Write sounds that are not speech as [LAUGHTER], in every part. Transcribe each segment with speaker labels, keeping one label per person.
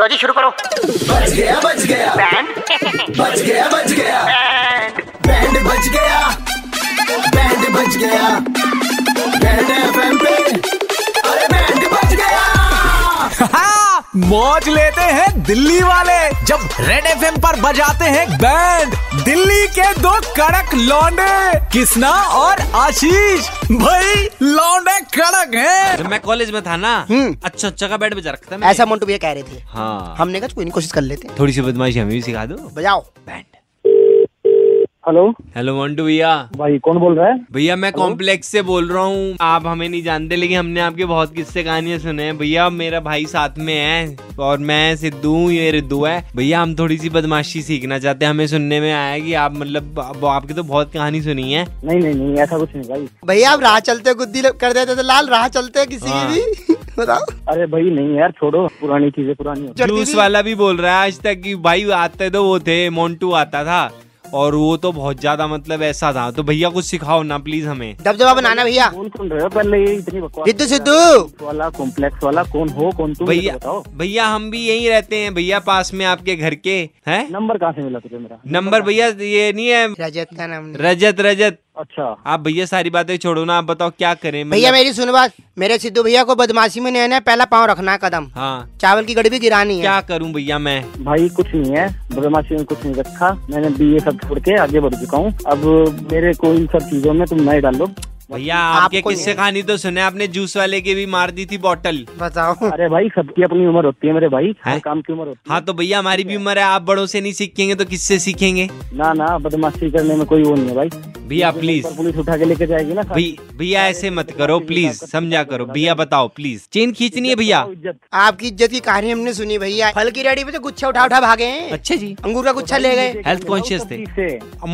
Speaker 1: लो जी शुरू करो
Speaker 2: बच गया बच गया
Speaker 1: [LAUGHS] बैंड
Speaker 2: बच गया बच गया बैंड बच गया बैंड बच गया बैंड एफएम पे अरे बैंड बच गया
Speaker 3: हाँ, मौज लेते हैं दिल्ली वाले जब रेड एफ पर बजाते हैं बैंड दिल्ली के दो कड़क लौंडे किसना और आशीष भाई लौंडे कड़क हैं
Speaker 4: जब तो मैं कॉलेज में था ना अच्छा अच्छा का बैट बजा रखता था मैंने।
Speaker 1: ऐसा मोन्टू भैया कह रहे थे
Speaker 4: हाँ
Speaker 1: हमने कहा कोई नहीं कोशिश कर लेते हैं।
Speaker 4: थोड़ी सी बदमाशी हमें भी सिखा दो
Speaker 1: बजाओ
Speaker 4: बैंड
Speaker 5: हेलो
Speaker 4: हेलो मोन्टू भैया
Speaker 5: भाई कौन बोल रहा है
Speaker 4: भैया मैं कॉम्प्लेक्स से बोल रहा हूँ आप हमें नहीं जानते लेकिन हमने आपके बहुत किस्से कहानियां सुने हैं भैया मेरा भाई साथ में है और मैं सिद्धू हूँ, ये रिद्धू है भैया हम थोड़ी सी बदमाशी सीखना चाहते हैं हमें सुनने में आया कि आप मतलब आप- आपकी तो बहुत कहानी सुनी है
Speaker 5: नहीं नहीं नहीं ऐसा कुछ नहीं भाई
Speaker 1: भैया आप राह चलते गुद्दी ल- कर देते थे लाल राह चलते किसी
Speaker 4: हाँ।
Speaker 1: की भी [LAUGHS] बताओ
Speaker 5: अरे भाई नहीं यार छोड़ो पुरानी चीजें पुरानी हो
Speaker 1: जर्दी
Speaker 4: जूस
Speaker 1: भी-
Speaker 4: वाला भी बोल रहा है आज तक कि भाई आते तो वो थे मोन्टू आता था और वो तो बहुत ज्यादा मतलब ऐसा था तो भैया कुछ सिखाओ ना प्लीज हमें
Speaker 1: दबदबा बनाना भैया
Speaker 5: कौन सुन रहे हो पहले ये इतनी बकवास
Speaker 1: रिद्धू सिद्धू
Speaker 5: वाला कॉम्प्लेक्स वाला कौन हो कौन तुम ये
Speaker 4: भैया
Speaker 5: तो बताओ
Speaker 4: भैया हम भी यहीं रहते हैं भैया पास में आपके घर के हैं
Speaker 5: नंबर कहाँ से मिला तुझे मेरा
Speaker 4: नंबर भैया ये नहीं है
Speaker 1: रजत का नाम नहीं।
Speaker 4: रजत रजत
Speaker 5: अच्छा
Speaker 4: आप भैया सारी बातें छोड़ो ना आप बताओ क्या करें मतलब-
Speaker 1: भैया मेरी सुनो बात मेरे सिद्धू भैया को बदमाशी में नया पहला पाँव रखना है कदम
Speaker 4: हाँ
Speaker 1: चावल की गड़ी भी गिरानी है
Speaker 4: क्या करूं भैया मैं
Speaker 5: भाई कुछ नहीं है बदमाशी में कुछ नहीं रखा मैंने बी ए सब छोड़ के आगे बढ़ चुका हूँ अब मेरे को इन सब चीजों में तुम नहीं डालो
Speaker 4: भैया आपके
Speaker 1: आपको
Speaker 4: किस्से
Speaker 1: नहीं-
Speaker 4: कहानी तो सुने आपने जूस वाले की भी मार दी थी बॉटल
Speaker 1: बताओ
Speaker 5: अरे भाई सबकी अपनी उम्र होती है मेरे भाई हर
Speaker 4: हैं?
Speaker 5: काम की उम्र होती है
Speaker 4: हाँ तो भैया हमारी भी उम्र है आप बड़ों से नहीं सीखेंगे तो किससे सीखेंगे
Speaker 5: ना ना बदमाशी करने में कोई वो नहीं है भाई
Speaker 4: भैया प्लीज
Speaker 5: पर पुलिस उठा के लेके जाएगी ना
Speaker 4: भै- भैया ऐसे मत करो प्लीज समझा करो भैया बताओ प्लीज चेन खींचनी है भैया
Speaker 5: इज्जत
Speaker 1: आपकी इज्जत की कहानी हमने सुनी भैया फल की रेडी पे तो गुच्छा उठा उठा भागे हैं
Speaker 4: अच्छा जी
Speaker 1: अंगूर का गुच्छा ले गए
Speaker 4: हेल्थ कॉन्शियस थे
Speaker 5: ठीक से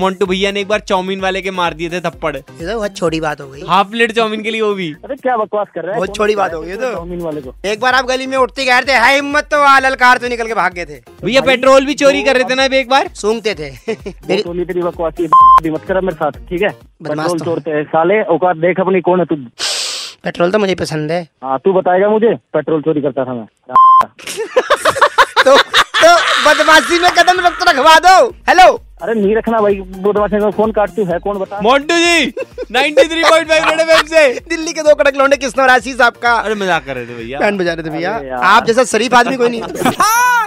Speaker 4: मोन्टू भैया ने एक बार चाउमीन वाले के मार दिए थे थप्पड़
Speaker 1: ये तो बहुत छोटी बात हो गई
Speaker 4: हाफ प्लेट चाउमीन के लिए वो भी
Speaker 5: अरे क्या बकवास कर रहा है
Speaker 1: बहुत
Speaker 5: कौन
Speaker 1: छोटी
Speaker 5: बता
Speaker 1: बात
Speaker 5: रहा
Speaker 1: हो
Speaker 5: है
Speaker 1: गई
Speaker 5: तुझे
Speaker 1: तो।
Speaker 5: चाउमीन वाले को
Speaker 1: एक बार आप गली में उठते गए थे हाय हिम्मत तो आ, ललकार तो निकल के भाग गए थे
Speaker 4: भैया पेट्रोल भी चोरी कर रहे थे ना अब एक [LAUGHS] बार
Speaker 1: सूंघते [LAUGHS] थे
Speaker 5: वो
Speaker 1: मेरी-
Speaker 5: टोली तेरी बकवासी है, [LAUGHS] मत कर मेरे साथ ठीक है
Speaker 1: बदमाश
Speaker 5: पेट्रोल
Speaker 1: तो।
Speaker 5: चोरते हैं साले औकात देख अपनी कौन है तू
Speaker 1: पेट्रोल तो मुझे पसंद है
Speaker 5: हाँ तू बताएगा मुझे पेट्रोल चोरी करता था मैं
Speaker 1: [LAUGHS] तो तो बदमाशी में कदम रख तो रखवा दो हेलो
Speaker 5: अरे नहीं रखना भाई बदमाशी को फोन काटती है कौन बता
Speaker 4: मोन्टू [LAUGHS] जी 93.5 थ्री पॉइंट [LAUGHS] से
Speaker 1: दिल्ली के दो कड़क लौंडे किस नवराशि साहब का
Speaker 4: अरे मजाक कर रहे थे भैया
Speaker 1: बैंड बजा रहे थे
Speaker 5: अरे
Speaker 1: भैया
Speaker 5: यार।
Speaker 1: आप जैसा शरीफ आदमी कोई [LAUGHS] नहीं
Speaker 3: हाँ,